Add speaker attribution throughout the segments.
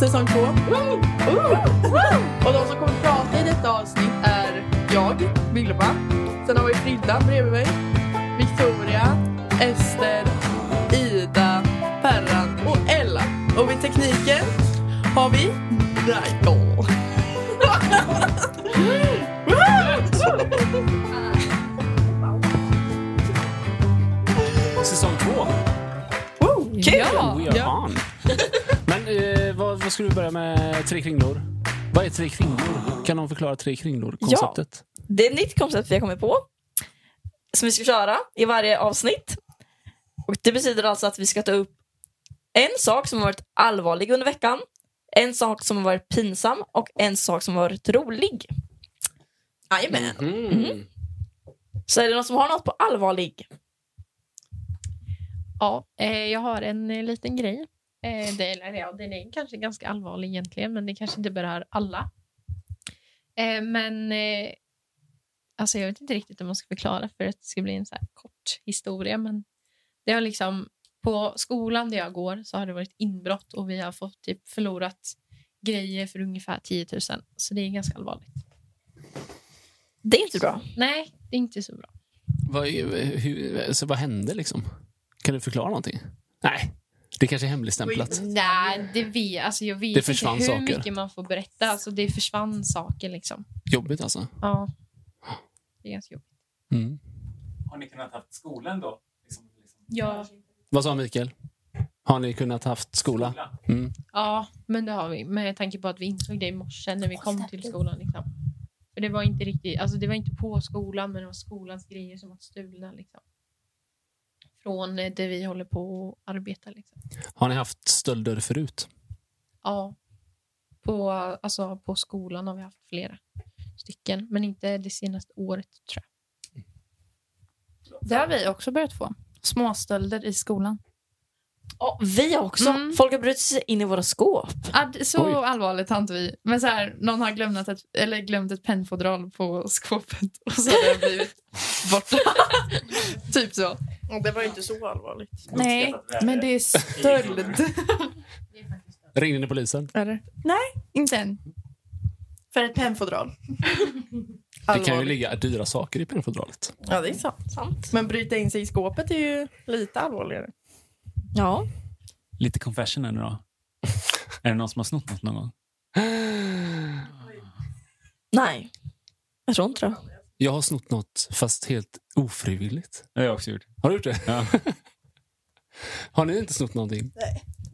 Speaker 1: säsong två. Woo! Woo! Och de som kommer att prata i detta avsnitt är jag, Vilma. Sen har vi Frida bredvid mig. Victoria, Ester, Ida, Perran och Ella. Och vid tekniken har vi Michael.
Speaker 2: Säsong två.
Speaker 1: Woo! Kul!
Speaker 3: Ja.
Speaker 2: We are
Speaker 1: Ja.
Speaker 2: on. Men eh, vad, vad ska du börja med? Tre kringlor. Vad är tre kringlor? Kan någon förklara tre kringlor-konceptet?
Speaker 3: Det är ett nytt koncept vi har kommit på. Som vi ska köra i varje avsnitt. Och Det betyder alltså att vi ska ta upp en sak som har varit allvarlig under veckan. En sak som har varit pinsam och en sak som har varit rolig. Jajamän.
Speaker 2: Mm.
Speaker 1: Mm-hmm.
Speaker 3: Så är det någon som har något på allvarlig?
Speaker 4: Ja, eh, jag har en eh, liten grej. Eh, det, eller, ja, den är kanske ganska allvarlig egentligen, men det kanske inte berör alla. Eh, men eh, alltså jag vet inte riktigt om man ska förklara för att det ska bli en så här kort historia. Men det har liksom, på skolan där jag går så har det varit inbrott och vi har fått typ förlorat grejer för ungefär 10 000. Så det är ganska allvarligt.
Speaker 3: Det är inte bra.
Speaker 4: Nej, det är inte så bra.
Speaker 2: Vad, är- hur, så vad hände liksom? Kan du förklara någonting? Nej, det kanske är hemligstämplat.
Speaker 4: Nej, det vet, alltså jag vet
Speaker 2: Det försvann
Speaker 4: inte hur
Speaker 2: saker.
Speaker 4: mycket man får berätta. Alltså det försvann saker liksom.
Speaker 2: Jobbigt alltså.
Speaker 4: Ja. Det är ganska jobbigt.
Speaker 2: Mm.
Speaker 5: Har ni kunnat haft skolan då? Liksom, liksom,
Speaker 4: Ja.
Speaker 2: Vad sa Mikael? Har ni kunnat haft skola? Mm.
Speaker 4: ja, men det har vi. Med tanke på att vi insåg det i morse när vi kom till skolan. Liksom. För det var inte riktigt, alltså det var inte på skolan, men det var skolans grejer som var stulna. Liksom. Från eh, det vi håller på att arbeta. Liksom.
Speaker 2: Har ni haft stölder förut?
Speaker 4: Ja. På, alltså, på skolan har vi haft flera stycken, men inte det senaste året tror jag.
Speaker 6: Det har vi också börjat få. Småstölder i skolan.
Speaker 3: Och vi också.
Speaker 6: Mm.
Speaker 3: Folk har brutit sig in i våra skåp.
Speaker 6: Ah, d- så
Speaker 2: Oj.
Speaker 6: allvarligt har inte vi. Men så här, någon har glömt ett, eller glömt ett pennfodral på skåpet och så har det blivit borta. typ så.
Speaker 1: Det var inte så allvarligt.
Speaker 6: Nej, men det är stöld.
Speaker 2: Ringde ni polisen?
Speaker 6: Eller? Nej, inte än.
Speaker 1: För ett pennfodral.
Speaker 2: Det kan ju
Speaker 1: Allvarligt.
Speaker 2: ligga dyra saker i pennfodralet.
Speaker 1: Ja, det är sant.
Speaker 3: Sant.
Speaker 1: Men bryta in sig i skåpet är ju lite allvarligare.
Speaker 3: Ja.
Speaker 5: Lite confession nu då. är det någon som har snott något någon gång?
Speaker 3: Nej. Jag tror inte det.
Speaker 2: Jag har snott något, fast helt ofrivilligt.
Speaker 5: Det har jag också gjort.
Speaker 2: Har du gjort det?
Speaker 5: Ja.
Speaker 2: Har ni inte snott någonting?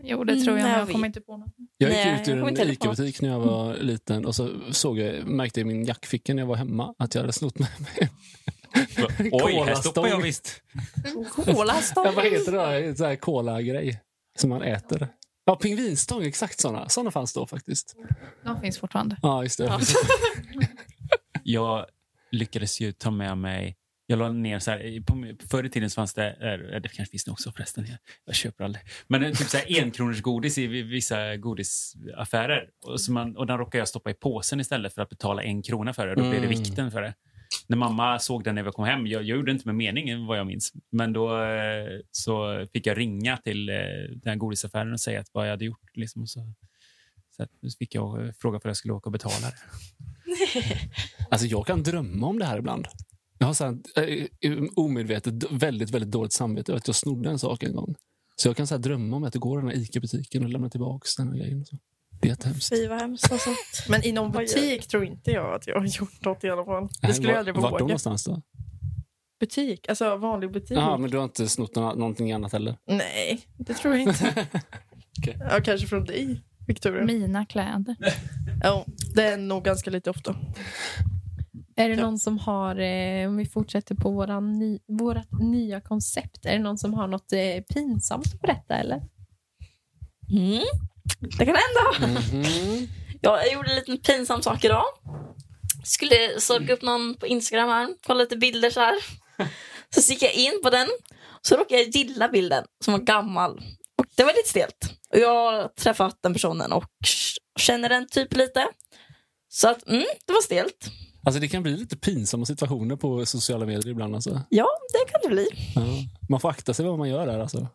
Speaker 6: Jo, det tror
Speaker 3: Nej,
Speaker 6: jag, men
Speaker 3: jag
Speaker 6: jag
Speaker 3: vet.
Speaker 6: kommer inte på något.
Speaker 2: Jag gick
Speaker 3: Nej,
Speaker 2: ut
Speaker 3: jag
Speaker 2: ur
Speaker 3: kommer
Speaker 2: en
Speaker 3: inte heller på
Speaker 2: ICA-butik när jag var liten och så såg jag, märkte jag i min jackficka när jag var hemma att jag hade snott med mig.
Speaker 5: Oj, här
Speaker 2: Kolastång.
Speaker 5: stoppar jag visst.
Speaker 2: Ja,
Speaker 1: Mm.
Speaker 3: Kolastång.
Speaker 2: vad heter det? då? En sån här Cola-grej som man äter. Ja, pingvinstång. Exakt såna. Såna fanns då faktiskt.
Speaker 6: De finns fortfarande.
Speaker 2: Ja, just det.
Speaker 5: Jag lyckades ju ta med mig... Jag la ner så här, i- på, förr i tiden så fanns det, eh, det kanske finns det också förresten, jag, jag köper aldrig. Men eh, typ så här enkronorsgodis i vi- vissa godisaffärer. Och, så man, och den råkade jag stoppa i påsen istället för att betala en krona för det. Då blev det
Speaker 2: Mm.
Speaker 5: vikten för det. När mamma såg den när jag kom hem, jag, jag gjorde inte med meningen vad jag minns, men då eh, så fick jag ringa till eh, den här godisaffären och säga att vad jag hade gjort. Liksom, och så, så att, så fick jag eh, fråga för jag skulle åka och betala det.
Speaker 2: Alltså, jag kan drömma om det här ibland. Jag har så här, eh, omedvetet d- väldigt, väldigt dåligt samvete över att jag snodde en sak en gång. Så jag kan så här, drömma om att jag går i den här ICA-butiken och lämnar tillbaka den här grejen. Och så. Det är jättehemskt.
Speaker 3: Fy vad hemskt alltså.
Speaker 1: Men i någon
Speaker 3: Oj, oj.
Speaker 1: butik tror inte jag att jag har gjort något i alla fall. Det
Speaker 2: Nej,
Speaker 1: skulle jag
Speaker 2: var-
Speaker 1: aldrig
Speaker 2: Vart då
Speaker 1: våga.
Speaker 2: någonstans då?
Speaker 1: Butik? Alltså vanlig butik?
Speaker 2: Jaha, men du har inte snott nå- någonting annat heller?
Speaker 1: Nej, det tror jag inte. ja, kanske från dig, Victoria.
Speaker 6: Mina kläder.
Speaker 1: Ja, det är nog ganska lite ofta.
Speaker 4: Är det
Speaker 1: Ja.
Speaker 4: någon som har, eh, om vi fortsätter på våran ny, vårat nya koncept, är det någon som har något eh, pinsamt att berätta eller?
Speaker 3: Mm. Det kan hända. Ja, jag gjorde en liten pinsam sak idag. Skulle söka upp någon på Instagram här, kolla lite bilder så här. Så gick jag in på den, så råkade jag gilla bilden som var gammal. Och det var lite stelt. Och jag har träffat den personen och känner den typ lite. Så att, mm, det var stelt.
Speaker 2: Alltså det kan bli lite pinsamma situationer på sociala medier ibland. Alltså.
Speaker 3: Ja, det kan det bli.
Speaker 2: Ja. Man får akta sig vad man gör där. Alltså.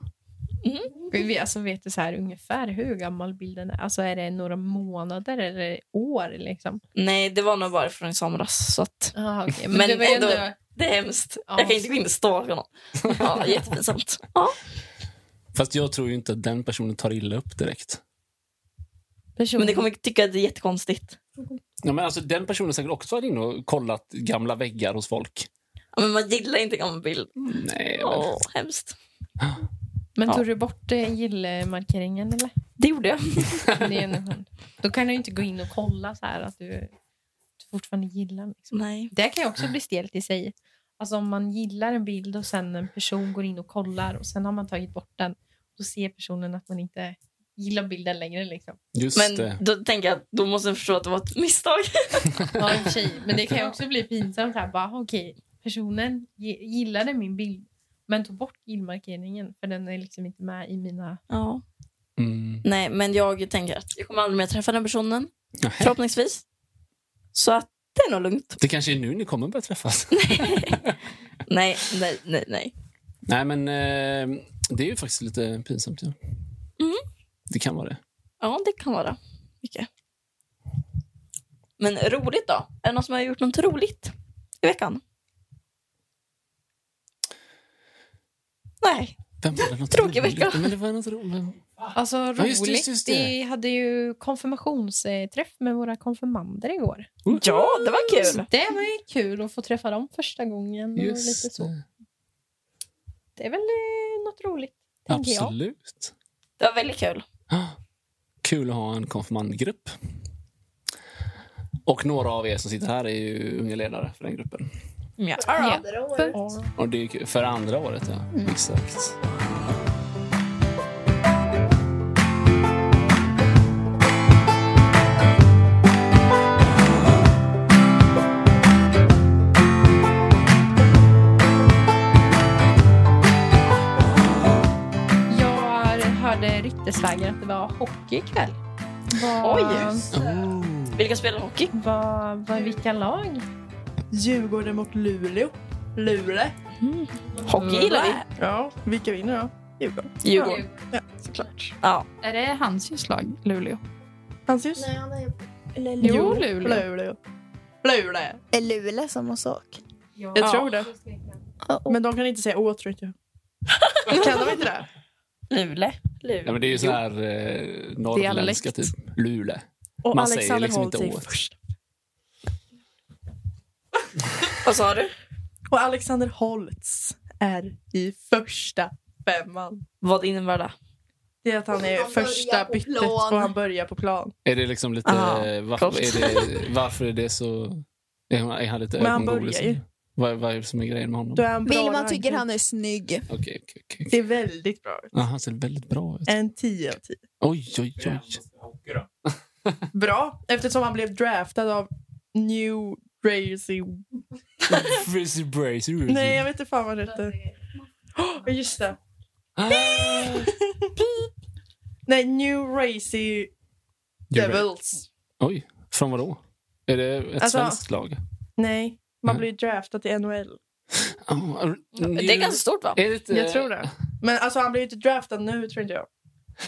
Speaker 4: Vi, alltså, vet du så här ungefär hur gammal bilden är? Alltså är det några månader eller år liksom?
Speaker 3: Nej, det var nog bara från i somras. Så att
Speaker 4: Ah, okay.
Speaker 3: Men
Speaker 4: det var ju
Speaker 3: ändå- det är hemskt.
Speaker 4: Ja.
Speaker 3: Jag kan inte gå in och stalka någon. Ja, jättepinsamt. Ja.
Speaker 2: Fast jag tror ju inte att den personen tar illa upp direkt.
Speaker 4: Person...
Speaker 3: Men det kommer tycka att det är jättekonstigt.
Speaker 2: Ja, men alltså, den personen har säkert också varit inne och kollat gamla väggar hos folk.
Speaker 3: Ja, men man gillar inte gammal bild.
Speaker 2: Nej, men-
Speaker 3: Åh, hemskt.
Speaker 4: Men
Speaker 2: Ja.
Speaker 4: tog du bort eh, gillemarkeringen eller?
Speaker 3: Det gjorde jag.
Speaker 4: Det är en hand. Då kan du ju inte gå in och kolla så här att du, du fortfarande gillar. Liksom.
Speaker 3: Nej.
Speaker 4: Det kan ju också bli stelt i sig. Alltså om man gillar en bild och sen en person går in och kollar och sen har man tagit bort den. Då ser personen att man inte gillar bilden längre. Liksom.
Speaker 2: Just det.
Speaker 3: Men då tänker jag att då måste den förstå att det var ett misstag.
Speaker 4: Ja, i och för sig. Men det kan ju också bli pinsamt. Här, bara, "Ah, okej, personen gi- gillade min bild men tog bort gillmarkeringen för den är liksom inte med i mina...
Speaker 3: Ja.
Speaker 2: Mm.
Speaker 3: Nej, men jag tänker att jag kommer aldrig mer träffa den personen.
Speaker 2: Nähä.
Speaker 3: Förhoppningsvis. Så att det är nog lugnt.
Speaker 2: Det kanske är nu ni kommer börja träffas.
Speaker 3: Nej, nej, nej, nej.
Speaker 2: Nej, men eh, det är ju faktiskt lite pinsamt. Ja.
Speaker 3: Mm.
Speaker 2: Det kan vara det.
Speaker 3: Ja, det kan vara mycket. Men roligt då? Är det någon som har gjort något roligt i veckan? Nej.
Speaker 2: Vem var det något
Speaker 3: Tråkig
Speaker 2: roligt?
Speaker 3: vecka.
Speaker 2: Men det var något roligt.
Speaker 4: Alltså roligt.
Speaker 2: Ja, just det, just det.
Speaker 4: Vi hade ju konfirmationsträff med våra konfirmander igår.
Speaker 3: Ja, det var kul.
Speaker 4: Det var ju kul att få träffa dem första gången. Och lite
Speaker 2: Just
Speaker 4: så.
Speaker 2: det.
Speaker 4: Det är väl eh, något roligt, tänker jag.
Speaker 2: Absolut.
Speaker 3: Det var väldigt kul.
Speaker 2: Kul att ha en konfirmandgrupp. Och några av er som sitter här är ju unga ledare för den gruppen.
Speaker 4: Ja.
Speaker 3: Ja.
Speaker 2: Och det är ju kul. För andra året, ja.
Speaker 1: Mm.
Speaker 2: Exakt.
Speaker 4: Jag hörde ryktesvägen att det var hockey ikväll. Vad,
Speaker 3: Oj.
Speaker 2: Oh.
Speaker 3: Vilka spelar hockey?
Speaker 4: Vad, vad, vilka lag?
Speaker 1: Djurgården mot Luleå. Lule.
Speaker 3: Hockey gillar vi.
Speaker 1: Ja, vilka vinner då? Djurgården.
Speaker 3: Djurgården.
Speaker 1: Ja, såklart.
Speaker 3: Ja.
Speaker 6: Är det hans slag, Luleå?
Speaker 7: Hans ljus?
Speaker 8: Nej, han är... Eller
Speaker 6: Jo, Luleå.
Speaker 1: Luleå. Lule.
Speaker 8: Är Luleå samma sak?
Speaker 1: Jag tror det.
Speaker 8: Men
Speaker 1: Men de kan inte säga åt, tror inte jag. kan de inte det?
Speaker 3: Lule.
Speaker 2: Ja, men det är ju så här eh, norrländska, typ. Lule.
Speaker 1: Och
Speaker 2: Man säger
Speaker 1: Alexander
Speaker 2: liksom
Speaker 1: Holt
Speaker 2: inte
Speaker 1: säger
Speaker 2: åt.
Speaker 1: först.
Speaker 3: Vad sa du?
Speaker 1: Och Alexander Holtz är i första femman.
Speaker 3: Vad innebär det?
Speaker 1: Det är att han är
Speaker 8: Han börjar
Speaker 1: första
Speaker 8: på
Speaker 1: bytet
Speaker 8: plan.
Speaker 1: och han börjar på plan.
Speaker 2: Är det liksom lite...
Speaker 3: Aha,
Speaker 2: eh, varför,
Speaker 3: coolt.
Speaker 2: är det, varför är det så... Är han, är han lite
Speaker 1: Men han
Speaker 2: ögongod,
Speaker 1: börjar
Speaker 2: liksom?
Speaker 1: ju.
Speaker 2: Vad, vad är det som är grejen med honom?
Speaker 1: Då är han bra när
Speaker 8: Vilma
Speaker 1: han
Speaker 8: tycker
Speaker 1: kan-
Speaker 8: han är snygg.
Speaker 2: Okej, okej. okej.
Speaker 1: Det är väldigt bra ut.
Speaker 2: Ja, han ser väldigt bra ut.
Speaker 1: En 10 av 10.
Speaker 2: Oj, oj, oj.
Speaker 1: Bra, eftersom han blev draftad av New Jersey...
Speaker 2: Frizzy brazy.
Speaker 1: Nej, jag vet inte fan vad det heter. Oh, just det.
Speaker 2: Ah,
Speaker 1: Nej, New Jersey
Speaker 2: You're right.
Speaker 1: Devils.
Speaker 2: Oj, från vad då? Är det ett
Speaker 1: Alltså-
Speaker 2: svenskt lag?
Speaker 1: Nej, man
Speaker 2: Nej.
Speaker 1: blir draftad till NHL.
Speaker 2: Ah, är-
Speaker 3: Det är ganska stort va?
Speaker 2: Är det inte,
Speaker 1: Jag tror det. Men alltså, han blir ju inte draftad nu, tror inte jag.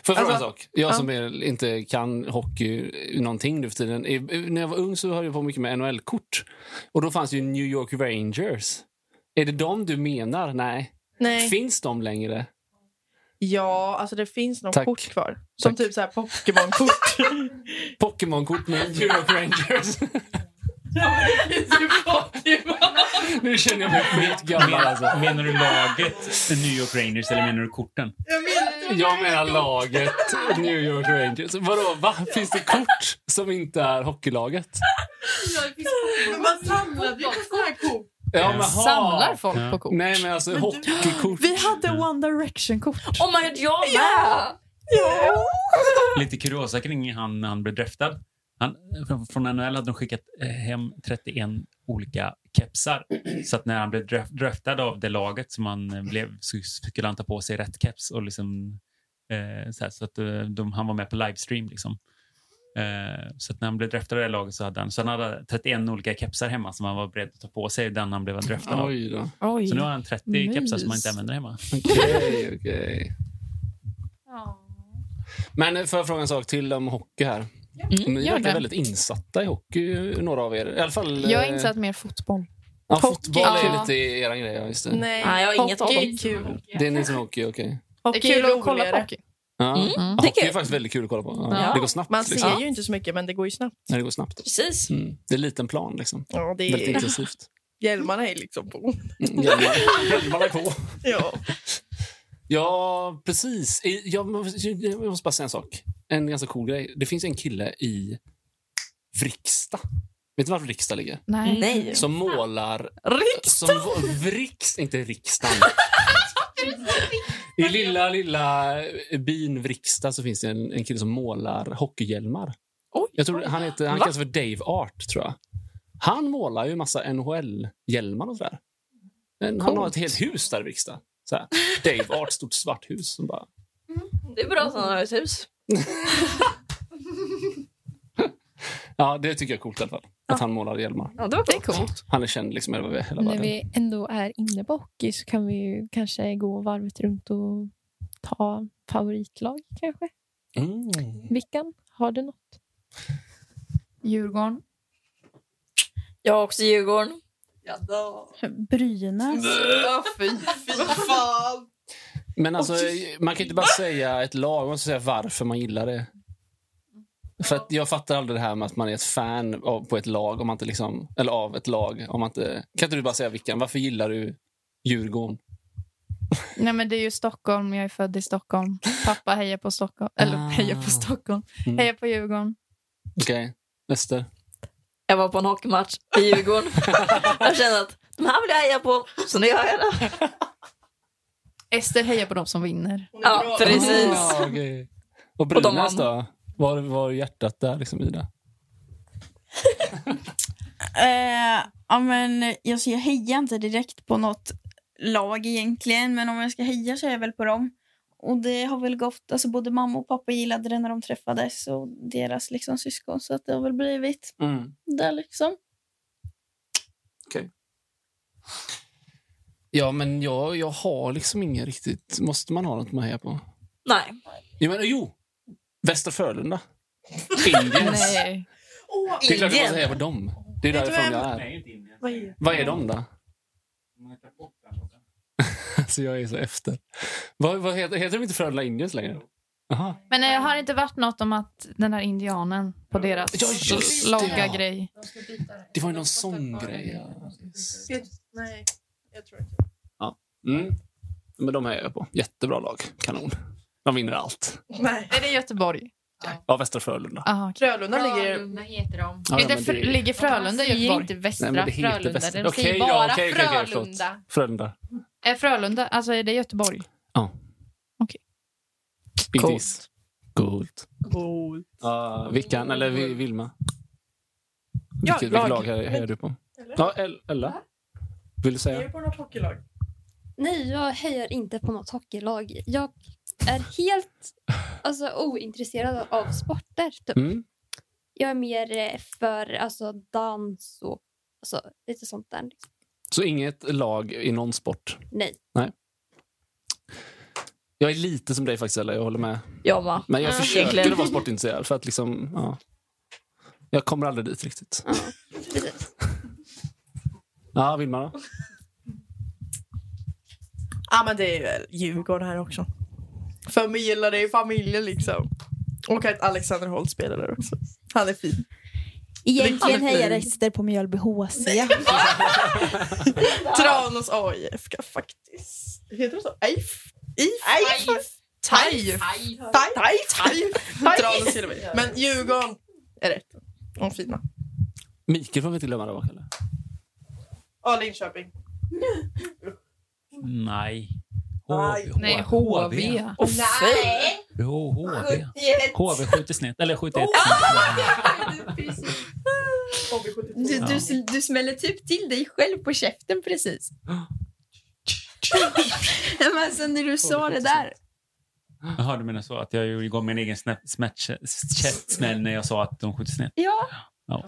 Speaker 2: Får jag fråga en
Speaker 1: Alltså-
Speaker 2: sak? Jag
Speaker 1: Ja.
Speaker 2: som är, inte kan hockey eh, någonting nu för tiden. I- När jag var ung så höll jag på mycket med NHL-kort. Och då fanns ju New York Rangers. Är det de du menar? Nej.
Speaker 1: Nej.
Speaker 2: Finns de längre?
Speaker 1: Ja, alltså det finns någon
Speaker 2: Tack.
Speaker 1: kort kvar. Som
Speaker 2: Tack.
Speaker 1: typ så här Pokémon-kort.
Speaker 2: Pokémon-kort med New York Rangers. nu känner jag mig skitgammal alltså.
Speaker 5: Menar du laget New York Rangers eller menar du korten?
Speaker 2: Jag menar laget New York Rangers. Vadå, va? Finns det kort som inte är hockeylaget?
Speaker 1: Man samlade ju såna här kort.
Speaker 2: Ja, men ha.
Speaker 6: Samlar folk
Speaker 5: Ja.
Speaker 6: på kort?
Speaker 2: Nej, men alltså hockeykort.
Speaker 1: Vi hade One Direction-kort.
Speaker 3: Oh my god, jag med!
Speaker 1: Ja.
Speaker 5: Lite kuriosa kring han när han blev draftad. Han, från- från NHL hade de skickat eh, hem 31 olika kepsar. Så att när han blev draf- draftad av det laget som han eh, blev så skulle han ta på sig rätt keps. Och liksom, eh, så här, så att eh, de, han var med på livestream. Liksom. Eh, så att när han blev draftad av det laget så hade han, så han hade 31 olika kepsar hemma som han var beredd att ta på sig. Den han blev draftad av.
Speaker 2: Oj då.
Speaker 5: Så nu har han 30 kepsar som han inte
Speaker 6: Mys.
Speaker 5: använder hemma.
Speaker 2: Okej, okej.
Speaker 4: Ja.
Speaker 2: Men eh, får jag fråga en sak till om hockey här?
Speaker 6: Mm,
Speaker 2: Ni
Speaker 6: gör
Speaker 2: verkar
Speaker 6: det.
Speaker 2: väldigt insatta i hockey, några av er. I alla fall, eh,
Speaker 6: Jag är insatt mer fotboll.
Speaker 2: Ja,
Speaker 6: hockey.
Speaker 2: fotboll är
Speaker 6: Ja.
Speaker 2: lite er grej. Ja, just det.
Speaker 1: Nej,
Speaker 3: Nej, jag har inget av
Speaker 1: hockey
Speaker 3: dem.
Speaker 1: är kul.
Speaker 2: det är ni som är hockey, okej.
Speaker 1: Hockey
Speaker 6: Det är
Speaker 1: är
Speaker 6: kul att kolla på
Speaker 1: roligare.
Speaker 6: hockey.
Speaker 2: Ja.
Speaker 3: Mm,
Speaker 2: Ja,
Speaker 3: det är
Speaker 2: hockey är
Speaker 3: kul.
Speaker 2: faktiskt väldigt kul att kolla på. Ja.
Speaker 3: Ja.
Speaker 2: Det går snabbt.
Speaker 1: Man
Speaker 2: liksom.
Speaker 1: ser ju inte så mycket, men det går ju snabbt.
Speaker 2: Nej, det går snabbt.
Speaker 3: Precis.
Speaker 2: Mm. Det är liten plan. liksom.
Speaker 1: Ja, det
Speaker 2: Väldigt
Speaker 1: är...
Speaker 2: intensivt.
Speaker 1: Hjälmarna är liksom på.
Speaker 2: Mm, hjälmarna- Hjälmarna är på.
Speaker 1: Ja.
Speaker 2: Ja, precis. I- Jag måste, jag måste bara säga en sak. En ganska cool grej. Det finns en kille i Vriksta. Vet du var Vriksta ligger?
Speaker 6: Nej.
Speaker 3: Nej.
Speaker 2: Som målar...
Speaker 1: Riks!
Speaker 2: Som, Vrikst, inte riksdagen. I lilla, lilla byn Vriksta så finns det en, en kille som målar hockeyhjälmar.
Speaker 1: Oj.
Speaker 2: Jag tror, han heter, han kallas för Dave Art, tror jag. Han målar ju massa NHL-hjälmar och sådär. Men han har ett helt hus där i Vriksta. Så här. Dave Art, stort svart hus. Som bara,
Speaker 3: Det är bra att han har ett hus.
Speaker 2: Ja, det tycker jag är coolt i alla fall. Att han målar hjälmar.
Speaker 3: Ja, det var
Speaker 4: Det är
Speaker 3: coolt.
Speaker 4: coolt.
Speaker 2: Han är känd liksom över hela
Speaker 4: När
Speaker 2: världen.
Speaker 4: vi ändå är inne på hockey så kan vi ju kanske gå varvet runt och ta favoritlag kanske.
Speaker 2: Mm.
Speaker 4: Vickan, har du något?
Speaker 6: Djurgården.
Speaker 3: Jag har också Djurgården.
Speaker 1: Jadå.
Speaker 8: Brynäs.
Speaker 1: Ja, fy, fy fan.
Speaker 2: Men alltså, man kan inte bara säga ett lag, man måste säga varför man gillar det. För att jag fattar aldrig det här med att man är ett fan av, på ett lag, om man inte liksom, eller av ett lag. Om man inte, kan inte du bara säga vilken? Varför gillar du Djurgården?
Speaker 6: Nej men det är ju Stockholm, jag är född i Stockholm. Pappa hejar på Stockholm. Eller
Speaker 2: Ah.
Speaker 6: hejar på Stockholm.
Speaker 2: Mm.
Speaker 6: Hejar på Djurgården.
Speaker 2: Okej, Ester.
Speaker 3: Jag var på en hockeymatch i Djurgården. jag kände att de här vill jag heja på, så nu gör jag det.
Speaker 6: Ester hejar på de som vinner.
Speaker 1: Hon är
Speaker 3: Ja,
Speaker 1: bra.
Speaker 3: precis.
Speaker 2: Ah, okej. Och
Speaker 3: Och de
Speaker 2: Brynäs då? Var var hjärtat där liksom, Ida?
Speaker 8: Eh, ja, men, alltså, jag hejar inte direkt på något lag egentligen, men om jag ska heja så är jag väl på dem. Och det har väl gått, alltså både mamma och pappa gillade det när de träffades och deras liksom syskon så att det har väl blivit
Speaker 2: Mm.
Speaker 8: där liksom.
Speaker 2: Ja, men jag, jag har liksom ingen riktigt... Måste man ha något man hejar på?
Speaker 3: Nej.
Speaker 2: Jo, men, jo. Västra Frölunda. Indians.
Speaker 6: Nej.
Speaker 1: Åh,
Speaker 2: det är klart du måste heja på dem. Det är
Speaker 1: Vet du
Speaker 2: därifrån
Speaker 1: vem-
Speaker 2: jag är.
Speaker 5: Nej, inte Indien.
Speaker 1: vad är
Speaker 2: Vad är de då?
Speaker 5: Man har tagit bort den låten.
Speaker 2: Alltså, jag är så efter. Vad, vad heter, heter de inte Frölunda Indians längre? Aha.
Speaker 6: Men det har inte varit något om att den här indianen på deras
Speaker 2: Ja, just det,
Speaker 6: låga
Speaker 2: ja.
Speaker 6: grej.
Speaker 2: Det var ju någon sån grej. Ja.
Speaker 1: det? Nej, jag tror inte
Speaker 2: Mm. Men de hejar jag på. Jättebra lag. Kanon. De vinner allt.
Speaker 1: Nej.
Speaker 6: Är det Göteborg?
Speaker 2: Ja, Västra Frölunda.
Speaker 6: Aha.
Speaker 1: Frölunda ligger...
Speaker 7: Frölunda heter de.
Speaker 2: Ja, ja,
Speaker 6: är det,
Speaker 2: men
Speaker 6: Fr- Ligger Frölunda i
Speaker 7: de säger
Speaker 6: Göteborg?
Speaker 7: inte Västra
Speaker 2: Nej, men det heter
Speaker 7: Frölunda.
Speaker 2: Västra...
Speaker 7: De säger
Speaker 2: Okej,
Speaker 7: bara
Speaker 2: ja, okej, okej, okej,
Speaker 7: Frölunda.
Speaker 2: förlåt. Frölunda.
Speaker 6: Är Frölunda, alltså är det Göteborg?
Speaker 2: Coolt. Coolt.
Speaker 1: Cool.
Speaker 2: Uh, Vickan, eller Vi- Vilma?
Speaker 1: Ja,
Speaker 2: vilket,
Speaker 1: lag.
Speaker 2: vilket lag hejar hejar du på?
Speaker 1: Eller?
Speaker 2: Ja, El- Ella? Vill du
Speaker 1: Är
Speaker 2: säga?
Speaker 1: du på något hockeylag?
Speaker 9: Nej, jag hejar inte på något hockeylag. Jag är helt alltså, ointresserad av sporter. Typ.
Speaker 2: Mm.
Speaker 9: Jag är mer eh, för alltså, dans och alltså, lite sånt där. Liksom.
Speaker 2: Så inget lag i någon sport?
Speaker 9: Nej.
Speaker 2: Jag är lite som dig faktiskt, Ella. Jag håller med.
Speaker 3: Jag bara,
Speaker 2: Men jag
Speaker 3: Ja,
Speaker 2: försöker
Speaker 3: egentligen.
Speaker 2: att vara sportintresserad. För att liksom, ja. Jag kommer aldrig dit riktigt.
Speaker 9: Ja, precis.
Speaker 2: Ja, Vilma då?
Speaker 1: Ja, men det är väl Djurgården här också. För mig gillar det i familjen liksom. Och att Alexander Holt spelar där också. Han är fin.
Speaker 8: Egentligen
Speaker 1: Riktigt.
Speaker 8: hejar Ester på Mjölby HC.
Speaker 1: Tranås AIFK faktiskt. Heter det så? AIF? IF? TAIF?
Speaker 7: Aj.
Speaker 1: TAIF? TAIF? Tranås gillar vi. Men Djurgården är rätt. De fina.
Speaker 2: Mikael får vi inte glömma där bak, eller?
Speaker 1: Ja, Linköping.
Speaker 5: Nej.
Speaker 1: Nej.
Speaker 6: Nej, HV.
Speaker 1: Åh fy!
Speaker 5: Jo, HV. HV skjuter snett. Eller skjuter ett.
Speaker 7: Du, du, du smäller typ till dig själv på käften precis. Men alltså när du sa det där.
Speaker 5: Jaha, du menar så att jag gjorde igång min egen snä- smärt- käftsmäll när jag sa att de skjuter snett?
Speaker 7: Ja.
Speaker 5: ja.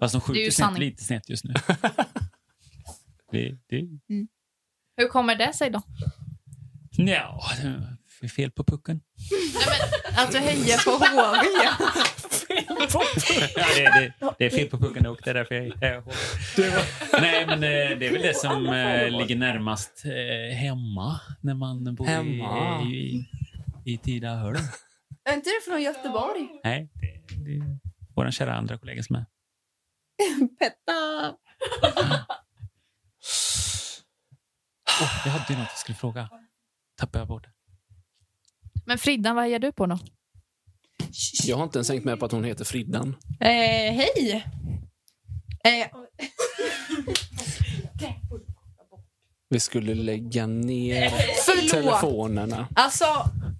Speaker 5: Fast de
Speaker 6: Det är
Speaker 5: skjuter
Speaker 6: ju
Speaker 5: snett,
Speaker 6: sanning.
Speaker 5: lite snett just nu. det, det,
Speaker 6: Hur kommer det sig då?
Speaker 5: Nja, f- fel på pucken?
Speaker 6: Att du hejar på HV.
Speaker 5: Ja, det, det, det är fel på pucken och det är därför jag är här. Nej, men eh, det är väl det som eh, ligger närmast eh, hemma när man bor
Speaker 2: Hemma.
Speaker 5: i, i, i Tidaholm.
Speaker 4: Är inte du från Göteborg?
Speaker 5: Nej, det, det är vår kära andra kollega som är.
Speaker 4: Petta!
Speaker 5: Åh, jag hade ju något jag skulle fråga. Tappade jag bort det.
Speaker 6: Men Friddan, vad hejar du på då?
Speaker 2: Jag har inte ens tänkt med på att hon heter Friddan.
Speaker 4: Eh, hej! Eh,
Speaker 2: Vi skulle lägga ner
Speaker 4: förlåt!
Speaker 2: telefonerna.
Speaker 4: Alltså,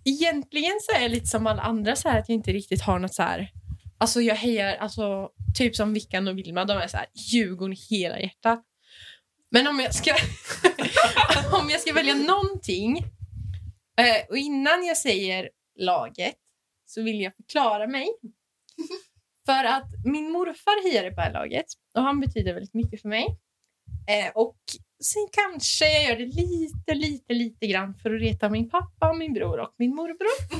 Speaker 4: egentligen så är jag lite som alla andra så här att jag inte riktigt har något så här. Alltså jag hejar, alltså typ som Vickan och Vilma, de är så här Djurgården i hela hjärtat. Men om jag ska, om jag ska välja någonting eh, och innan jag säger laget så vill jag förklara mig. För att min morfar hejade på det här laget och han betyder väldigt mycket för mig. Eh, och Sen kanske jag gör det lite, lite, lite grann för att reta min pappa, min bror och min morbror.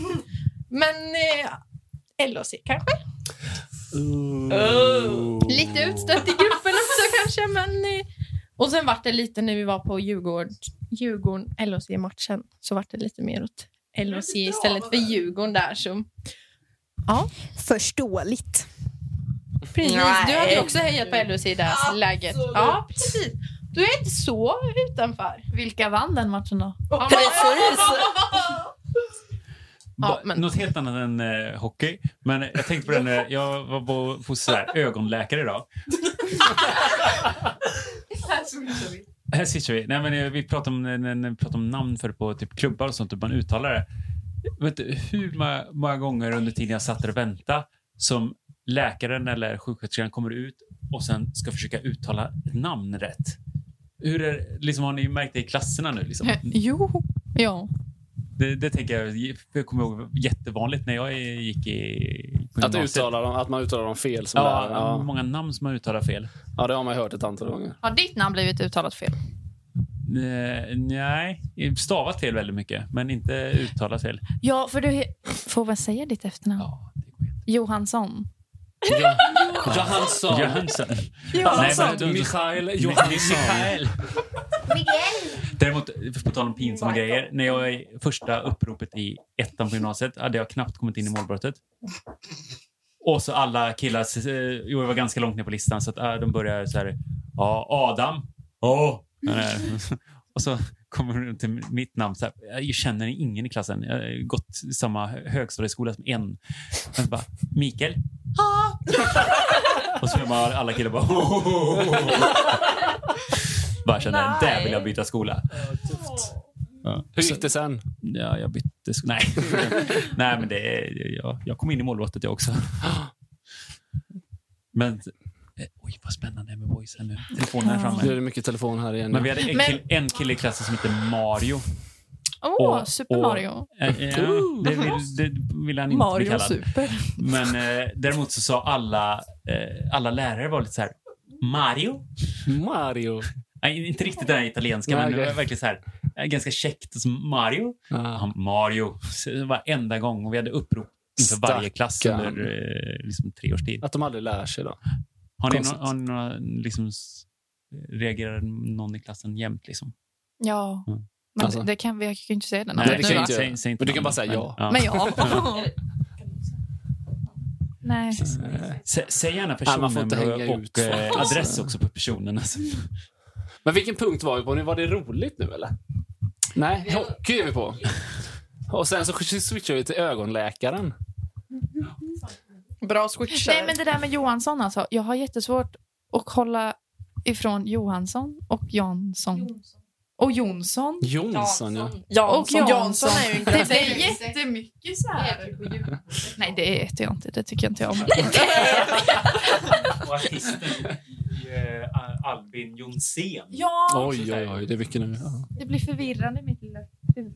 Speaker 4: Men eh, LHC kanske. Lite utstött i gruppen också kanske. Men, eh, och sen vart det lite när vi var på Djurgård, Djurgården, LHC-matchen, så vart det lite mer åt LHC istället för Djurgården där. Så.
Speaker 8: Förståeligt.
Speaker 4: Precis, du hade ju också hejat på LHC i det här läget. Ja, precis. Du är inte så utanför.
Speaker 6: Vilka vann den matchen då?
Speaker 5: Ba-
Speaker 4: Ja, men-
Speaker 5: Något helt annat än eh, hockey. Men jag tänkte på det när jag var på, hos så här, ögonläkare idag. Här sitter vi. Nej, men eh, vi pratade om, när- när vi pratade om namn för på typ klubbar och sånt, hur man uttalar det. Jag Vet du, hur ma- många gånger under tiden jag satt där och väntade som läkaren eller sjuksköterskan kommer ut och sen ska försöka uttala namn rätt. Hur är, liksom, har ni märkt det i klasserna nu? Liksom?
Speaker 6: Jo. Ja.
Speaker 5: Det, det tänker jag, jag kommer ihåg var jättevanligt när jag eh, gick i på
Speaker 2: Att,
Speaker 5: gymnasiet.
Speaker 2: uttala dem, att man uttalar dem fel. Som
Speaker 5: Ja,
Speaker 2: lärare. ja.
Speaker 5: många namn som man uttalar fel.
Speaker 2: ja, det har man ju hört ett antal gånger.
Speaker 6: Har ditt namn blivit uttalat fel?
Speaker 5: Eh, nej, stavat fel väldigt mycket, men inte uttalat fel.
Speaker 6: Ja, för du he- får väl säga ditt efternamn?
Speaker 5: Ja, det går inte.
Speaker 6: Johansson.
Speaker 2: Johansson.
Speaker 5: Johansson.
Speaker 6: Ja.
Speaker 5: Nej, men du-
Speaker 2: Michael
Speaker 5: Mikael. Däremot, på tal om pinsamma grejer. När jag i första uppropet i ettan på gymnasiet hade jag knappt kommit in i målbrottet. Och så alla killar, eh, jo jag var ganska långt ner på listan så att eh, de börjar så här, ja Adam, åh. Och så kommer de till mitt namn. Så här, jag känner ingen i klassen. Jag har gått i samma högstadieskola som en. Men bara, Mikael? Ja. Och så är bara, alla killar bara... "Ho, ho, ho, ho, ho." Bara känner, där vill jag byta skola. Ja.
Speaker 2: Hur gick det sen?
Speaker 5: Ja, jag bytte skola. Nej. Nej, men det är, jag, jag kom in i målbrottet jag också. Men... eh, Oj, vad spännande det är med boys här nu. Telefonen är framme.
Speaker 2: Nu är det mycket telefon här igen.
Speaker 5: Men vi hade en,
Speaker 6: Men-
Speaker 5: kill, en kille i klassen som hette Mario.
Speaker 6: Åh,
Speaker 5: Och-
Speaker 6: Super
Speaker 5: och-
Speaker 6: Mario.
Speaker 5: Eh, eh, det, vill, det vill han inte bli kallad.
Speaker 6: Super.
Speaker 5: Men eh, däremot så sa alla, eh, alla lärare var lite så här Mario?
Speaker 2: Mario.
Speaker 5: Nej, inte riktigt den här italienska,
Speaker 2: Nej,
Speaker 5: men det
Speaker 2: okej.
Speaker 5: var verkligen så här eh, ganska käckt. som Mario?
Speaker 2: Ja.
Speaker 5: Ja, Mario. Så det var enda gång och vi hade upprop inför varje klass
Speaker 2: Stackarn.
Speaker 5: under eh, liksom, tre års tid.
Speaker 2: Att de aldrig lär sig då.
Speaker 5: Har ni, no-
Speaker 2: Konstigt.
Speaker 5: har ni några, liksom, s- reagerar någon i klassen jämt liksom?
Speaker 6: Ja.
Speaker 5: Mm.
Speaker 6: Men
Speaker 2: Alltså.
Speaker 6: det kan, vi jag kan ju inte säga den.
Speaker 2: Nej, det kan
Speaker 6: nu,
Speaker 2: jag
Speaker 6: va?
Speaker 2: inte
Speaker 5: säg- säg inte
Speaker 2: Men du kan
Speaker 5: namn,
Speaker 2: bara säga
Speaker 5: men-
Speaker 2: ja.
Speaker 6: Men ja. Nej.
Speaker 5: Precis. Eh, Sä, säg gärna
Speaker 2: Nej, man får inte
Speaker 5: personnummer
Speaker 2: hänga
Speaker 5: och,
Speaker 2: ut
Speaker 5: och eh,
Speaker 2: folk.
Speaker 5: adress också på personen. Alltså.
Speaker 2: Men vilken punkt var vi på nu? Var det roligt nu eller? Nej, hockey är vi på. Och sen så switchar vi till ögonläkaren.
Speaker 1: Bra switchar.
Speaker 6: Nej, men det där med Johansson alltså. Jag har jättesvårt att hålla ifrån Johansson och Jansson. Och Jonsson.
Speaker 2: Jonsson, ja.
Speaker 6: Och Jansson.
Speaker 1: är ju en
Speaker 6: Det blir jättemycket så här. Nej, det äter jag inte. Det tycker inte jag om.
Speaker 5: Och artisten eh, Albin Jonsén.
Speaker 6: Ja,
Speaker 2: Oj, oj, oj. Det är mycket nu. Ja.
Speaker 6: det blir förvirrande i mitt lilla huvud.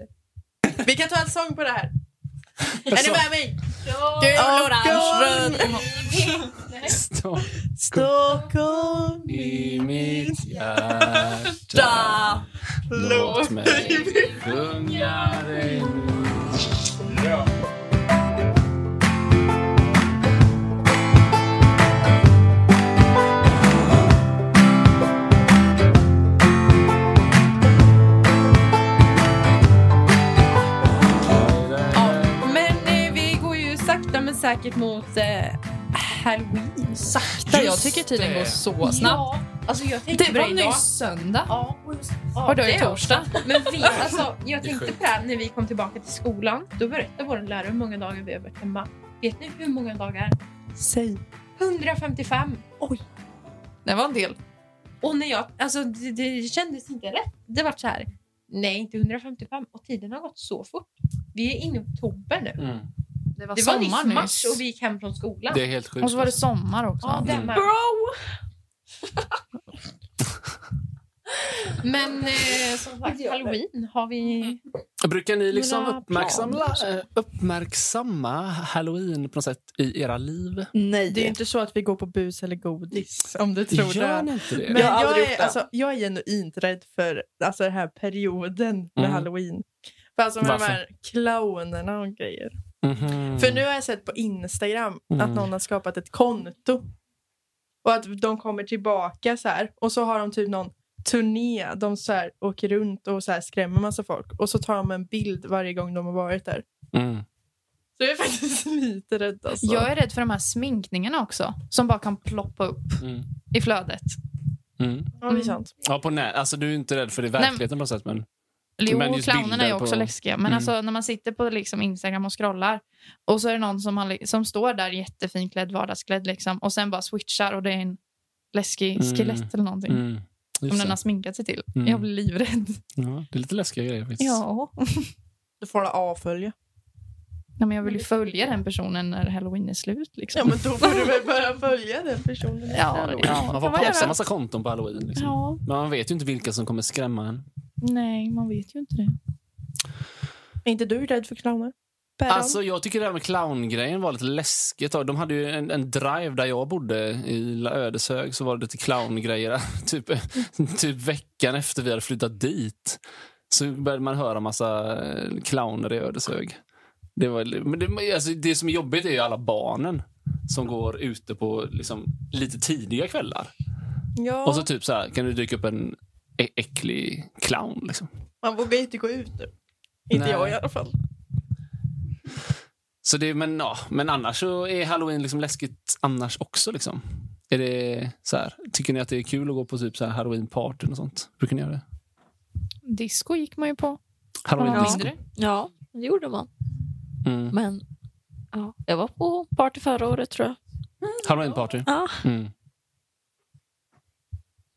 Speaker 1: Vi kan ta en sång på det här.
Speaker 2: Jag
Speaker 1: Är ni
Speaker 2: sa-
Speaker 1: med mig?
Speaker 10: Gul,
Speaker 1: Och
Speaker 10: orange, röd.
Speaker 2: Stopp
Speaker 1: Stockholm
Speaker 2: i mitt hjärta. Låt mig sjunga dig nu.
Speaker 4: eh, säkert mot eh, halloween.
Speaker 6: Sakta. Jag
Speaker 4: Just
Speaker 6: tycker tiden
Speaker 11: det.
Speaker 6: går så snabbt.
Speaker 4: Ja, alltså jag tänkte
Speaker 6: Det
Speaker 4: på
Speaker 6: var
Speaker 4: idag.
Speaker 6: nyss söndag.
Speaker 4: Ja, och just, ja,
Speaker 6: Och då är
Speaker 4: det
Speaker 6: det torsdag.
Speaker 4: också. Men vi, alltså,
Speaker 11: Det är
Speaker 4: jag tänkte på
Speaker 11: sjukt.
Speaker 4: det här när vi kom tillbaka till skolan. Då berättade vår lärare hur många dagar vi har varit hemma. Vet ni hur många dagar?
Speaker 6: Säg.
Speaker 4: 155.
Speaker 6: Det var en del.
Speaker 4: Och när jag, alltså, det, det kändes inte rätt. Det var så här. Nej, inte 155. Och tiden har gått så fort. Vi är inne i oktober nu.
Speaker 2: Mm.
Speaker 6: Det var,
Speaker 4: Det var
Speaker 6: sommar
Speaker 4: nyss
Speaker 6: nyss.
Speaker 4: mars och vi gick hem från skolan.
Speaker 2: Det är helt sjukt.
Speaker 6: Och så var det sommar också.
Speaker 4: Ja, det med. Men eh, som sagt, halloween har vi...
Speaker 2: Brukar ni liksom
Speaker 4: Några
Speaker 2: uppmärksamma, eh, uppmärksamma halloween på något sätt i era liv?
Speaker 12: Nej.
Speaker 1: Det är ju inte så att vi går på bus eller godis om du tror
Speaker 2: Gör
Speaker 1: det.
Speaker 2: ni inte det?
Speaker 1: Men
Speaker 2: Men,
Speaker 1: jag,
Speaker 12: aldrig gjort
Speaker 1: är,
Speaker 12: det.
Speaker 1: alltså, jag är genuint rädd för alltså, den här perioden med
Speaker 2: Mm.
Speaker 1: halloween. För alltså med
Speaker 2: Varför?
Speaker 1: de här clownerna och grejer.
Speaker 2: Mhm.
Speaker 1: För nu har jag sett på Instagram
Speaker 2: Mm.
Speaker 1: att någon har skapat ett konto. Och att de kommer tillbaka så här. Och så har de typ någon turné. De så här, åker runt och så här, skrämmer massa folk. Och så tar de en bild varje gång de har varit där.
Speaker 2: mm.
Speaker 1: Så jag är faktiskt lite rädd alltså.
Speaker 6: Jag är rädd för de här sminkningarna också. Som bara kan ploppa upp
Speaker 2: Mm.
Speaker 6: i flödet.
Speaker 2: Mm.
Speaker 1: Ja, det är sant.
Speaker 2: Ja, på nä- alltså, du är inte rädd för det i
Speaker 6: Nej, men-
Speaker 2: verkligheten på något sätt. Men...
Speaker 6: Jo,
Speaker 2: Men just
Speaker 6: clownerna är
Speaker 2: bilder
Speaker 6: också
Speaker 2: på-
Speaker 6: läskiga. Men
Speaker 2: Mm.
Speaker 6: alltså, när man sitter på liksom Instagram och scrollar och så är det någon som, har, li- som står där jättefint klädd, vardagsklädd liksom, och sen bara switchar och det är en läskig
Speaker 2: Mm.
Speaker 6: skelett eller någonting.
Speaker 2: Mm.
Speaker 6: Som
Speaker 2: Just
Speaker 6: den
Speaker 2: det.
Speaker 6: har sminkat sig till.
Speaker 2: Mm.
Speaker 6: Jag blir livrädd.
Speaker 2: Ja, det är lite läskiga grejer faktiskt.
Speaker 6: Ja.
Speaker 1: Du får la avfölja.
Speaker 6: Nej, men jag vill ju följa den personen när halloween är slut. Liksom.
Speaker 1: Ja, men då får du väl börja följa den personen. efter
Speaker 6: Ja,
Speaker 1: halloween.
Speaker 6: ja.
Speaker 2: Man
Speaker 6: kan
Speaker 2: får
Speaker 6: man
Speaker 2: pausa
Speaker 6: göra.
Speaker 2: en massa konton på halloween. Liksom.
Speaker 6: Ja,
Speaker 2: Men man vet ju inte vilka som kommer skrämma en.
Speaker 6: nej, man vet ju inte det.
Speaker 1: Är inte du rädd för clowner? Päron?
Speaker 2: Alltså, jag tycker det här med clowngrejen var lite läskigt. De hade ju en, en drive där jag bodde i Lilla Ödeshög. Så var det lite clowngrejer. typ, typ veckan efter vi hade flyttat dit så började man höra massa eh, clowner i Ödeshög. Det, var, men det, alltså, det som är jobbigt är ju alla barnen som går ute på liksom, lite tidiga kvällar.
Speaker 1: ja,
Speaker 2: Och så typ så här, kan du dyka upp en ä- äcklig clown. Liksom.
Speaker 1: Man vågar ju inte gå ut nu. Inte
Speaker 2: Nej.
Speaker 1: jag i alla fall.
Speaker 2: Så det, men, ja, men annars så är halloween liksom läskigt annars också. Liksom. Är det så här, tycker ni att det är kul att gå på typ så här halloween-party och sånt? Brukar ni göra det?
Speaker 6: Disco gick man ju på.
Speaker 2: Halloween
Speaker 13: Ja.
Speaker 2: disco?
Speaker 13: Ja, det gjorde man.
Speaker 2: Mm.
Speaker 13: Men ja, jag var på party förra året tror jag.
Speaker 2: Halloween-party?
Speaker 13: Ja.
Speaker 2: Mm.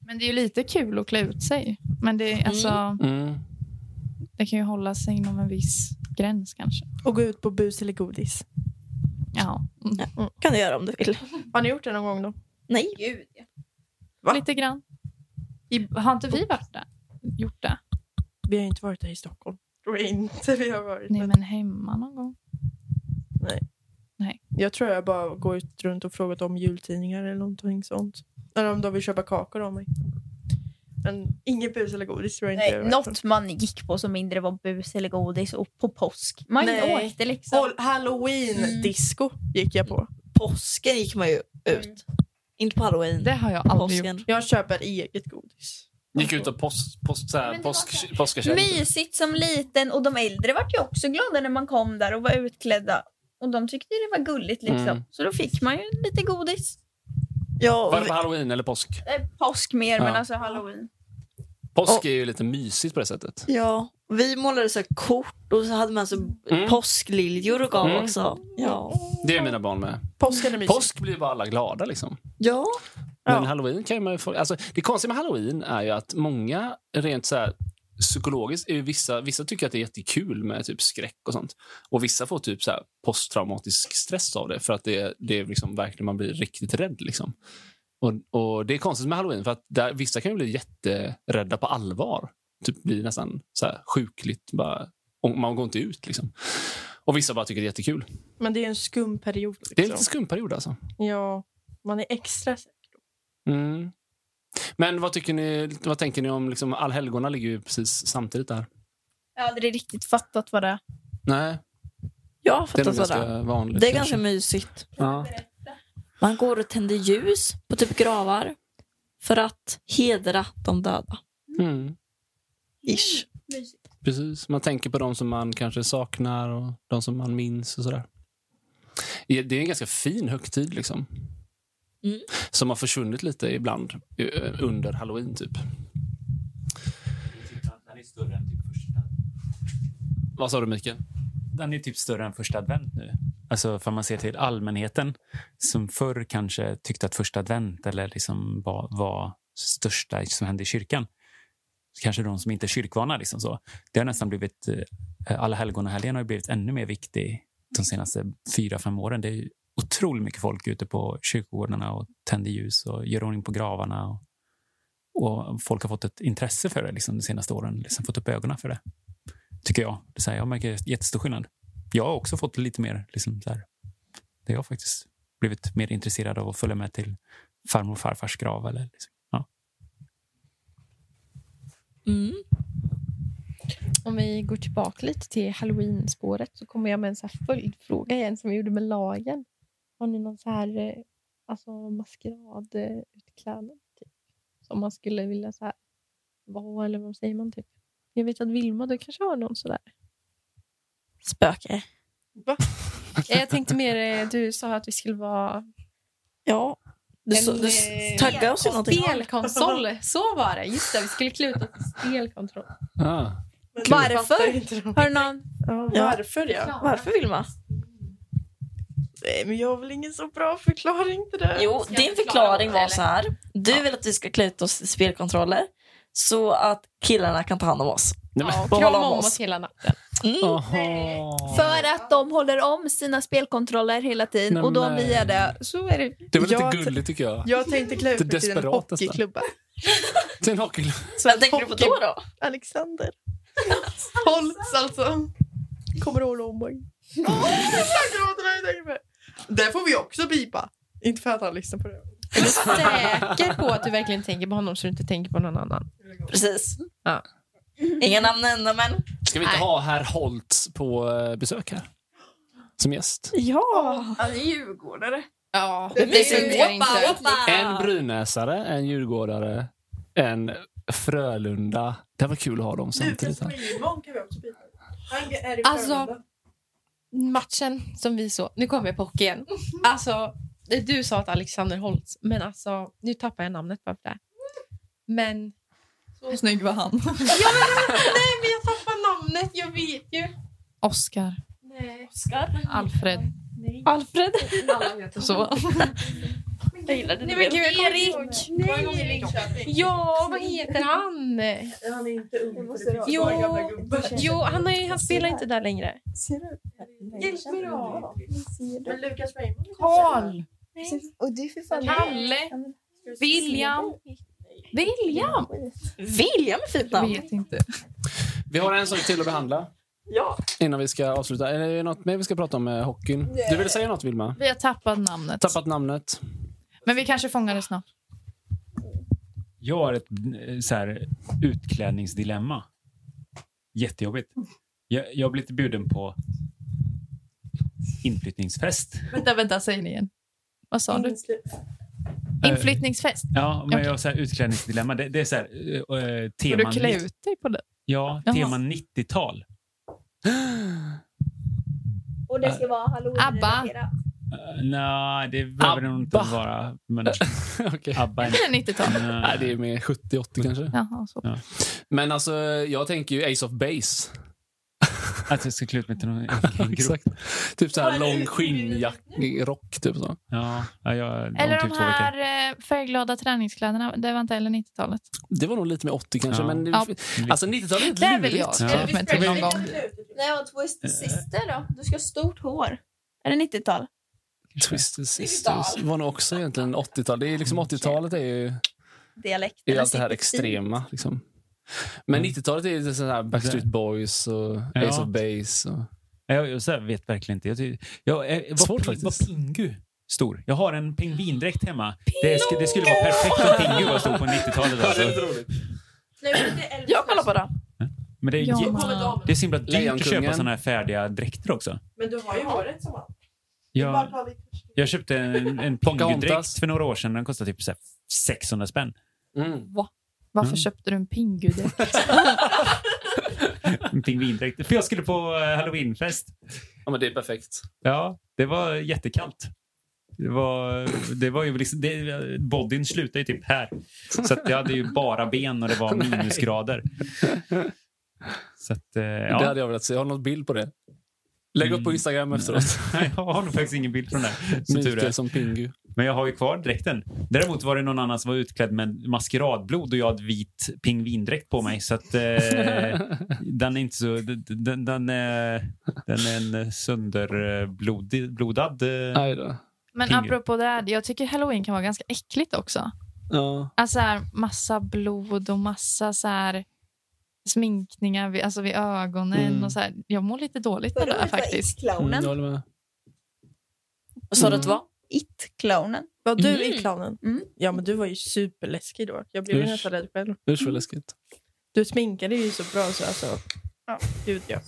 Speaker 6: Men det är ju lite kul att klä ut sig. Men det, är- alltså,
Speaker 2: Mm.
Speaker 6: det kan ju hålla sig inom en viss gräns kanske.
Speaker 1: Och gå ut på bus eller godis.
Speaker 6: Ja,
Speaker 12: kan du göra om du vill.
Speaker 1: Har ni gjort det någon gång då?
Speaker 12: Nej.
Speaker 1: Va?
Speaker 6: lite grann. I, har inte vi varit där? Gjort det?
Speaker 1: Vi har ju inte varit där i Stockholm. Tror jag inte vi har varit.
Speaker 6: Nej,
Speaker 1: men
Speaker 6: men hemma någon gång.
Speaker 1: Jag tror jag bara går ut runt och frågat om jultidningar eller någonting sånt. Eller om de vill köpa kakor av mig. Men inget bus eller godis tror jag inte jag
Speaker 12: Nej,
Speaker 1: har
Speaker 4: liksom.
Speaker 1: varit på.
Speaker 12: något man gick på som mindre var bus eller godis och på påsk. Man
Speaker 3: Nej.
Speaker 12: åkte liksom.
Speaker 1: Hall- Halloween-disco gick jag på.
Speaker 3: Påsken gick man ju ut. Inte på halloween.
Speaker 6: Det har jag aldrig gjort.
Speaker 3: Påsken.
Speaker 1: Jag köper eget godis.
Speaker 2: Gick ut och post, post, så här, påsk, påskakärlek.
Speaker 12: Mysigt som liten och de äldre vart ju också glada när man kom där och var utklädda. Och de tyckte det var gulligt liksom.
Speaker 2: Mm.
Speaker 12: Så då fick man ju lite godis.
Speaker 1: Ja,
Speaker 2: Var det på halloween eller påsk?
Speaker 12: Eh, Påsk mer
Speaker 2: Ja.
Speaker 12: men alltså halloween.
Speaker 2: Påsk
Speaker 3: Och-
Speaker 2: är ju lite mysigt på det sättet.
Speaker 3: Ja, vi målade så här kort och så hade man så
Speaker 2: Mm.
Speaker 3: påskliljor och gav
Speaker 2: Mm.
Speaker 3: också. Ja.
Speaker 2: Det är mina barn med.
Speaker 1: påsken är mysigt.
Speaker 2: Påsk blir bara alla glada. liksom.
Speaker 3: ja.
Speaker 2: Men
Speaker 1: Ja.
Speaker 2: halloween kan ju man ju få... Alltså, det konstiga med halloween är ju att många rent så här psykologiskt är ju vissa, vissa tycker att det är jättekul med typ skräck och sånt. Och vissa får typ så här posttraumatisk stress av det för att det, det är liksom verkligen man blir riktigt rädd. Liksom. Och, och Det är konstigt med halloween för att där, vissa kan ju bli jätterädda på allvar. Typ blir nästan så här sjukligt. Bara, och man går inte ut liksom. Och vissa bara tycker det är jättekul.
Speaker 1: Men det är en skum period. Liksom.
Speaker 2: Det är en lite skum period alltså.
Speaker 1: Ja, man är extra...
Speaker 2: Mm. Men vad, tycker ni, vad tänker ni om... Liksom, Allhelgona ligger ju precis samtidigt där.
Speaker 12: Jag har aldrig riktigt fattat vad det är.
Speaker 2: Nej,
Speaker 3: Jag har
Speaker 2: det är nog
Speaker 3: fattat vad det
Speaker 2: ganska
Speaker 3: är.
Speaker 2: vanligt.
Speaker 3: Det är
Speaker 2: kanske.
Speaker 3: ganska mysigt.
Speaker 2: Ja.
Speaker 3: Man går och tänder ljus på typ gravar för att hedra de döda.
Speaker 2: Mm.
Speaker 3: Ish.
Speaker 2: Precis. Man tänker på de som man kanske saknar och de som man minns. och sådär. Det är en ganska fin högtid liksom.
Speaker 3: Mm.
Speaker 2: Som har försvunnit lite ibland eh, under halloween typ.
Speaker 5: Den är större än typ första.
Speaker 2: Vad sa du Mikael?
Speaker 5: Den är typ större än första advent nu. Alltså för man ser till allmänheten som förr kanske tyckte att första advent eller liksom var, var största som hände i kyrkan. Så Kanske de som inte är kyrkvana. Liksom så. Det har nästan blivit, eh, alla helgonahelgen har ju blivit ännu mer viktig de senaste fyra, fem åren. Det är ju otroligt mycket folk ute på kyrkogårdarna och tänder ljus och gör ordning på gravarna. Och, och folk har fått ett intresse för det liksom, de senaste åren, liksom fått upp ögonen för det tycker jag. Det är så här, jag märker jättestor skillnad. Jag har också fått lite mer... Liksom, så här, det har jag faktiskt blivit mer intresserad av att följa med till farmor och farfars grav. Eller, liksom. ja.
Speaker 3: Mm.
Speaker 4: Om vi går tillbaka lite till halloween-spåret så kommer jag med en så här följdfråga igen som jag gjorde med lagen. Har ni någon så här eh, alltså maskeradutklädnad typ? som man skulle vilja så här vara eller vad säger man typ? Jag vet att Vilma, du kanske har någon sådär?
Speaker 14: Spöke.
Speaker 4: Eh, Jag tänkte mer, eh, du sa att vi skulle vara
Speaker 14: Ja. Du, så, du
Speaker 4: eh,
Speaker 14: taggar oss i någonting.
Speaker 4: spelkonsol. Så var det, just det. Vi skulle kluta till spelkontroll.
Speaker 2: Ah.
Speaker 14: Varför? Har du någon? Ja.
Speaker 15: Varför ja?
Speaker 14: Varför Vilma?
Speaker 15: Nej, men jag har väl ingen så bra förklaring till det.
Speaker 14: Jo,
Speaker 4: Ska jag
Speaker 14: din
Speaker 4: förklara
Speaker 14: förklaring
Speaker 4: om
Speaker 14: var
Speaker 4: det,
Speaker 14: så här. Du vill att vi ska klä ut oss i spelkontroller så att killarna kan ta hand om oss.
Speaker 2: Nej, men,
Speaker 4: Ja,
Speaker 14: Vad
Speaker 4: krama
Speaker 14: håller om
Speaker 4: om
Speaker 14: oss?
Speaker 4: oss hela natten.
Speaker 14: Mm.
Speaker 2: Aha.
Speaker 16: För att de håller om sina spelkontroller hela tiden
Speaker 2: Nej,
Speaker 16: och då om
Speaker 2: men-
Speaker 16: vi gör det så är det...
Speaker 2: Det var lite
Speaker 15: Jag-
Speaker 2: gulligt tycker jag.
Speaker 15: Jag tänkte klä ut
Speaker 2: Det
Speaker 15: mig till en
Speaker 2: desperata nästan.
Speaker 15: hockeyklubba.
Speaker 2: Till en hockeyklubb.
Speaker 14: Så vad tänker du på då? då?
Speaker 15: Alexander. Holtz alltså. Kommer du ihåg Lomborg? Åh, exakt vad det jag tänker på. Det får vi också bipa. Inte för att han lyssnar på det.
Speaker 4: Är du säker på att du verkligen tänker på honom så du inte tänker på någon annan?
Speaker 14: Precis.
Speaker 4: Ja.
Speaker 14: Inga namn nämnda, men...
Speaker 2: Ska vi inte ha herr Holt på eh, besök här? Som gäst.
Speaker 14: Ja!
Speaker 8: Han är djurgårdare.
Speaker 4: Ja,
Speaker 15: Det blir
Speaker 4: precis.
Speaker 15: ju-
Speaker 4: Det gör inte.
Speaker 6: Ah.
Speaker 2: En brynäsare, en djurgårdare, en Frölunda. Det var kul att ha dem samtidigt. här.
Speaker 15: Nyman kan vi också bipa. Han är i
Speaker 4: Alltså,
Speaker 15: Frölunda.
Speaker 4: matchen som vi såg. Nu kommer jag på hockey igen. Alltså, du sa att Alexander Holtz, men alltså, nu tappar jag namnet bara för det. Men...
Speaker 6: Så snygg var han.
Speaker 4: Nej, men jag tappar namnet, jag vet ju. Oscar.
Speaker 9: Nej.
Speaker 4: Alfred. Alfred. Så.
Speaker 14: Jag gillade
Speaker 4: Nej,
Speaker 14: det.
Speaker 4: men gud, jag kommer
Speaker 9: Erik.
Speaker 4: ihåg.
Speaker 9: Nej!
Speaker 4: Ja, vad heter han?
Speaker 15: Han är inte ung. för
Speaker 9: måste
Speaker 15: det finns
Speaker 4: Jo.
Speaker 15: bara gamla gubbar.
Speaker 4: Jo, han, är, han spelar inte där längre.
Speaker 15: Hjälp mig då. Men Lukas Bergman.
Speaker 6: Karl!
Speaker 16: Och du för fan...
Speaker 4: Kalle. William. William?
Speaker 14: William är fint namn.
Speaker 6: Vet inte.
Speaker 2: Vi har en sak till att behandla. Innan vi ska avsluta. Är det något mer vi ska prata om med hockeyn? Du ville säga något, Vilma?
Speaker 6: Vi har tappat namnet.
Speaker 2: Tappat namnet.
Speaker 6: Men vi kanske fångar det snabbt.
Speaker 5: Jag har ett eh, så här, utklädningsdilemma. Jättejobbigt. Jag, jag har blivit bjuden på inflyttningsfest.
Speaker 6: Vänta, vänta, säg det igen. Vad sa du?
Speaker 5: Eh,
Speaker 6: Inflyttningsfest?
Speaker 5: Ja, men
Speaker 6: Okej.
Speaker 5: jag har så här, utklädningsdilemma. Det, det är så här, eh, eh,
Speaker 6: Får
Speaker 5: tema,
Speaker 6: du klä
Speaker 5: nitt-
Speaker 6: ut dig på det?
Speaker 5: ja,
Speaker 6: Jaha.
Speaker 5: tema 90-tal.
Speaker 16: Och det ska vara halloween
Speaker 4: Abba.
Speaker 5: Uh, Nej, det behöver det nog inte
Speaker 2: Abba.
Speaker 5: vara. Men
Speaker 2: Okej.
Speaker 5: ABBA är
Speaker 6: Är det 90-tal?
Speaker 5: Nej.
Speaker 2: Nej, det är mer 70-80 kanske.
Speaker 6: Jaha, så.
Speaker 2: Men alltså, jag tänker ju Ace of Base.
Speaker 5: Att jag ska klä ut mig till någon egen grupp.
Speaker 2: Exakt. Typ så här lång skinnrock. Typ så.
Speaker 5: Ja, ja, jag, om
Speaker 6: Eller
Speaker 5: typ
Speaker 6: de
Speaker 5: två veckor.
Speaker 6: här eh, färgglada träningskläderna. Det var inte heller 90-talet.
Speaker 2: Det var nog lite mer 80 kanske.
Speaker 5: Ja.
Speaker 2: Men det,
Speaker 6: Ja.
Speaker 2: Alltså 90-talet är lite
Speaker 6: Där
Speaker 2: lurigt.
Speaker 6: vill jag
Speaker 5: Ja.
Speaker 6: klä ut mig till någon gång.
Speaker 8: Nej, och två
Speaker 5: eh,
Speaker 8: syster då? Du ska ha stort hår. Är det 90-tal?
Speaker 2: Twisted Sisters var nog också egentligen 80-tal. Det är liksom 80-talet är ju
Speaker 8: Dialekten.
Speaker 2: är ju allt det här extrema. Liksom. Men 90-talet är ju lite sån här Backstreet Boys och
Speaker 5: Mm. Ja.
Speaker 2: Ace of Base. Och...
Speaker 5: eh, Jag, jag så här vet verkligen inte. Jag, ty- jag, jag, var,
Speaker 2: Svårt
Speaker 5: var,
Speaker 2: faktiskt.
Speaker 5: Pingu stor? Jag har en pingvindräkt hemma. Det, sk- det skulle vara perfekt om Pingu var stor på 90-talet. Alltså.
Speaker 14: Jag kollar på det.
Speaker 5: Men det är,
Speaker 6: Ja,
Speaker 5: jä-
Speaker 6: man-
Speaker 5: det är så himla dyrt att
Speaker 2: Lejonkungen.
Speaker 5: köpa såna här färdiga dräkter också.
Speaker 15: Men du har ju håret som han.
Speaker 5: Jag, jag köpte en, en Pingu-dräkt
Speaker 2: Pocahontas.
Speaker 5: för några år sedan. Den kostade typ så här 600 spänn.
Speaker 6: Varför
Speaker 5: Mm.
Speaker 6: köpte du en pingu
Speaker 5: En pingvindräkt. För jag skulle på eh, halloweenfest.
Speaker 2: Ja, men det är perfekt.
Speaker 5: Ja, det var jättekallt. Det var, det var ju liksom, det, bodyn slutade ju typ här. Så att jag hade ju bara ben och det var
Speaker 2: Nej.
Speaker 5: minusgrader. Så att, eh, ja. Mm.
Speaker 2: Det hade jag velat se. Har du någon bild på det? Lägg upp på Instagram efteråt.
Speaker 5: Nej, jag har nog faktiskt ingen bild från det. här, som tur är.
Speaker 2: Mikael som Pingu.
Speaker 5: Men jag har ju kvar dräkten. Däremot var det någon annan som var utklädd med maskeradblod och jag hade vit pingvindräkt på mig. Så att, eh, den är inte så... Den, den, den, är, den är en eh, sönderblodad
Speaker 2: Nej då.
Speaker 6: Men apropå det, här, jag tycker halloween kan vara ganska äckligt också.
Speaker 2: Ja.
Speaker 6: Alltså här, massa blod och massa så här, sminkningar vid, alltså vid ögonen.
Speaker 2: Mm.
Speaker 6: Och så här. Jag mår lite dåligt med
Speaker 8: Vadå,
Speaker 6: det här,
Speaker 8: det var
Speaker 6: faktiskt.
Speaker 8: It-clownen?
Speaker 2: jag håller med.
Speaker 3: Vad sa du att det var?
Speaker 8: It-clownen.
Speaker 1: Var du
Speaker 8: Mm.
Speaker 1: i clownen? Ja, men du var ju superläskig då. Jag blev ju
Speaker 2: Usch.
Speaker 1: nästan rädd själv.
Speaker 2: Usch vad läskigt.
Speaker 1: Du sminkade ju så bra så alltså. Ja. Gud ja.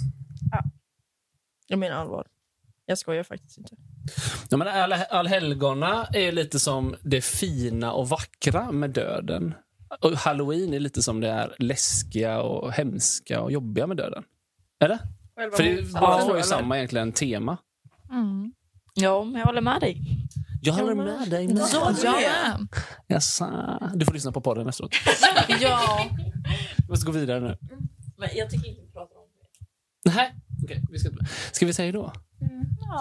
Speaker 1: Jag menar allvar. Jag skojar faktiskt inte.
Speaker 2: Ja, men All- Allhelgona är lite som det fina och vackra med döden. Och Halloween är lite som det är läskiga och hemska och jobbiga med döden. Eller?
Speaker 1: Själva
Speaker 2: För det
Speaker 1: motsatsen,
Speaker 2: båda två är
Speaker 1: eller?
Speaker 2: ju samma egentligen tema.
Speaker 6: Mm.
Speaker 3: Ja, men jag håller med dig.
Speaker 2: Jag håller med dig.
Speaker 3: Det sa du
Speaker 2: Ja.
Speaker 3: ju.
Speaker 2: Jaså. Du får lyssna på podden efteråt.
Speaker 3: Ja.
Speaker 2: Vi måste gå vidare nu.
Speaker 3: Men jag tycker inte vi pratar om
Speaker 2: Nej. Okej, vi ska, ska vi säga då?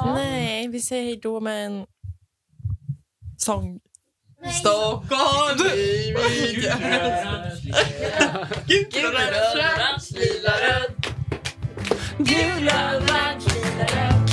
Speaker 1: Nej, vi säger hej då med en sång. Stockholm! Gud
Speaker 3: Gula, orange, lila, röd.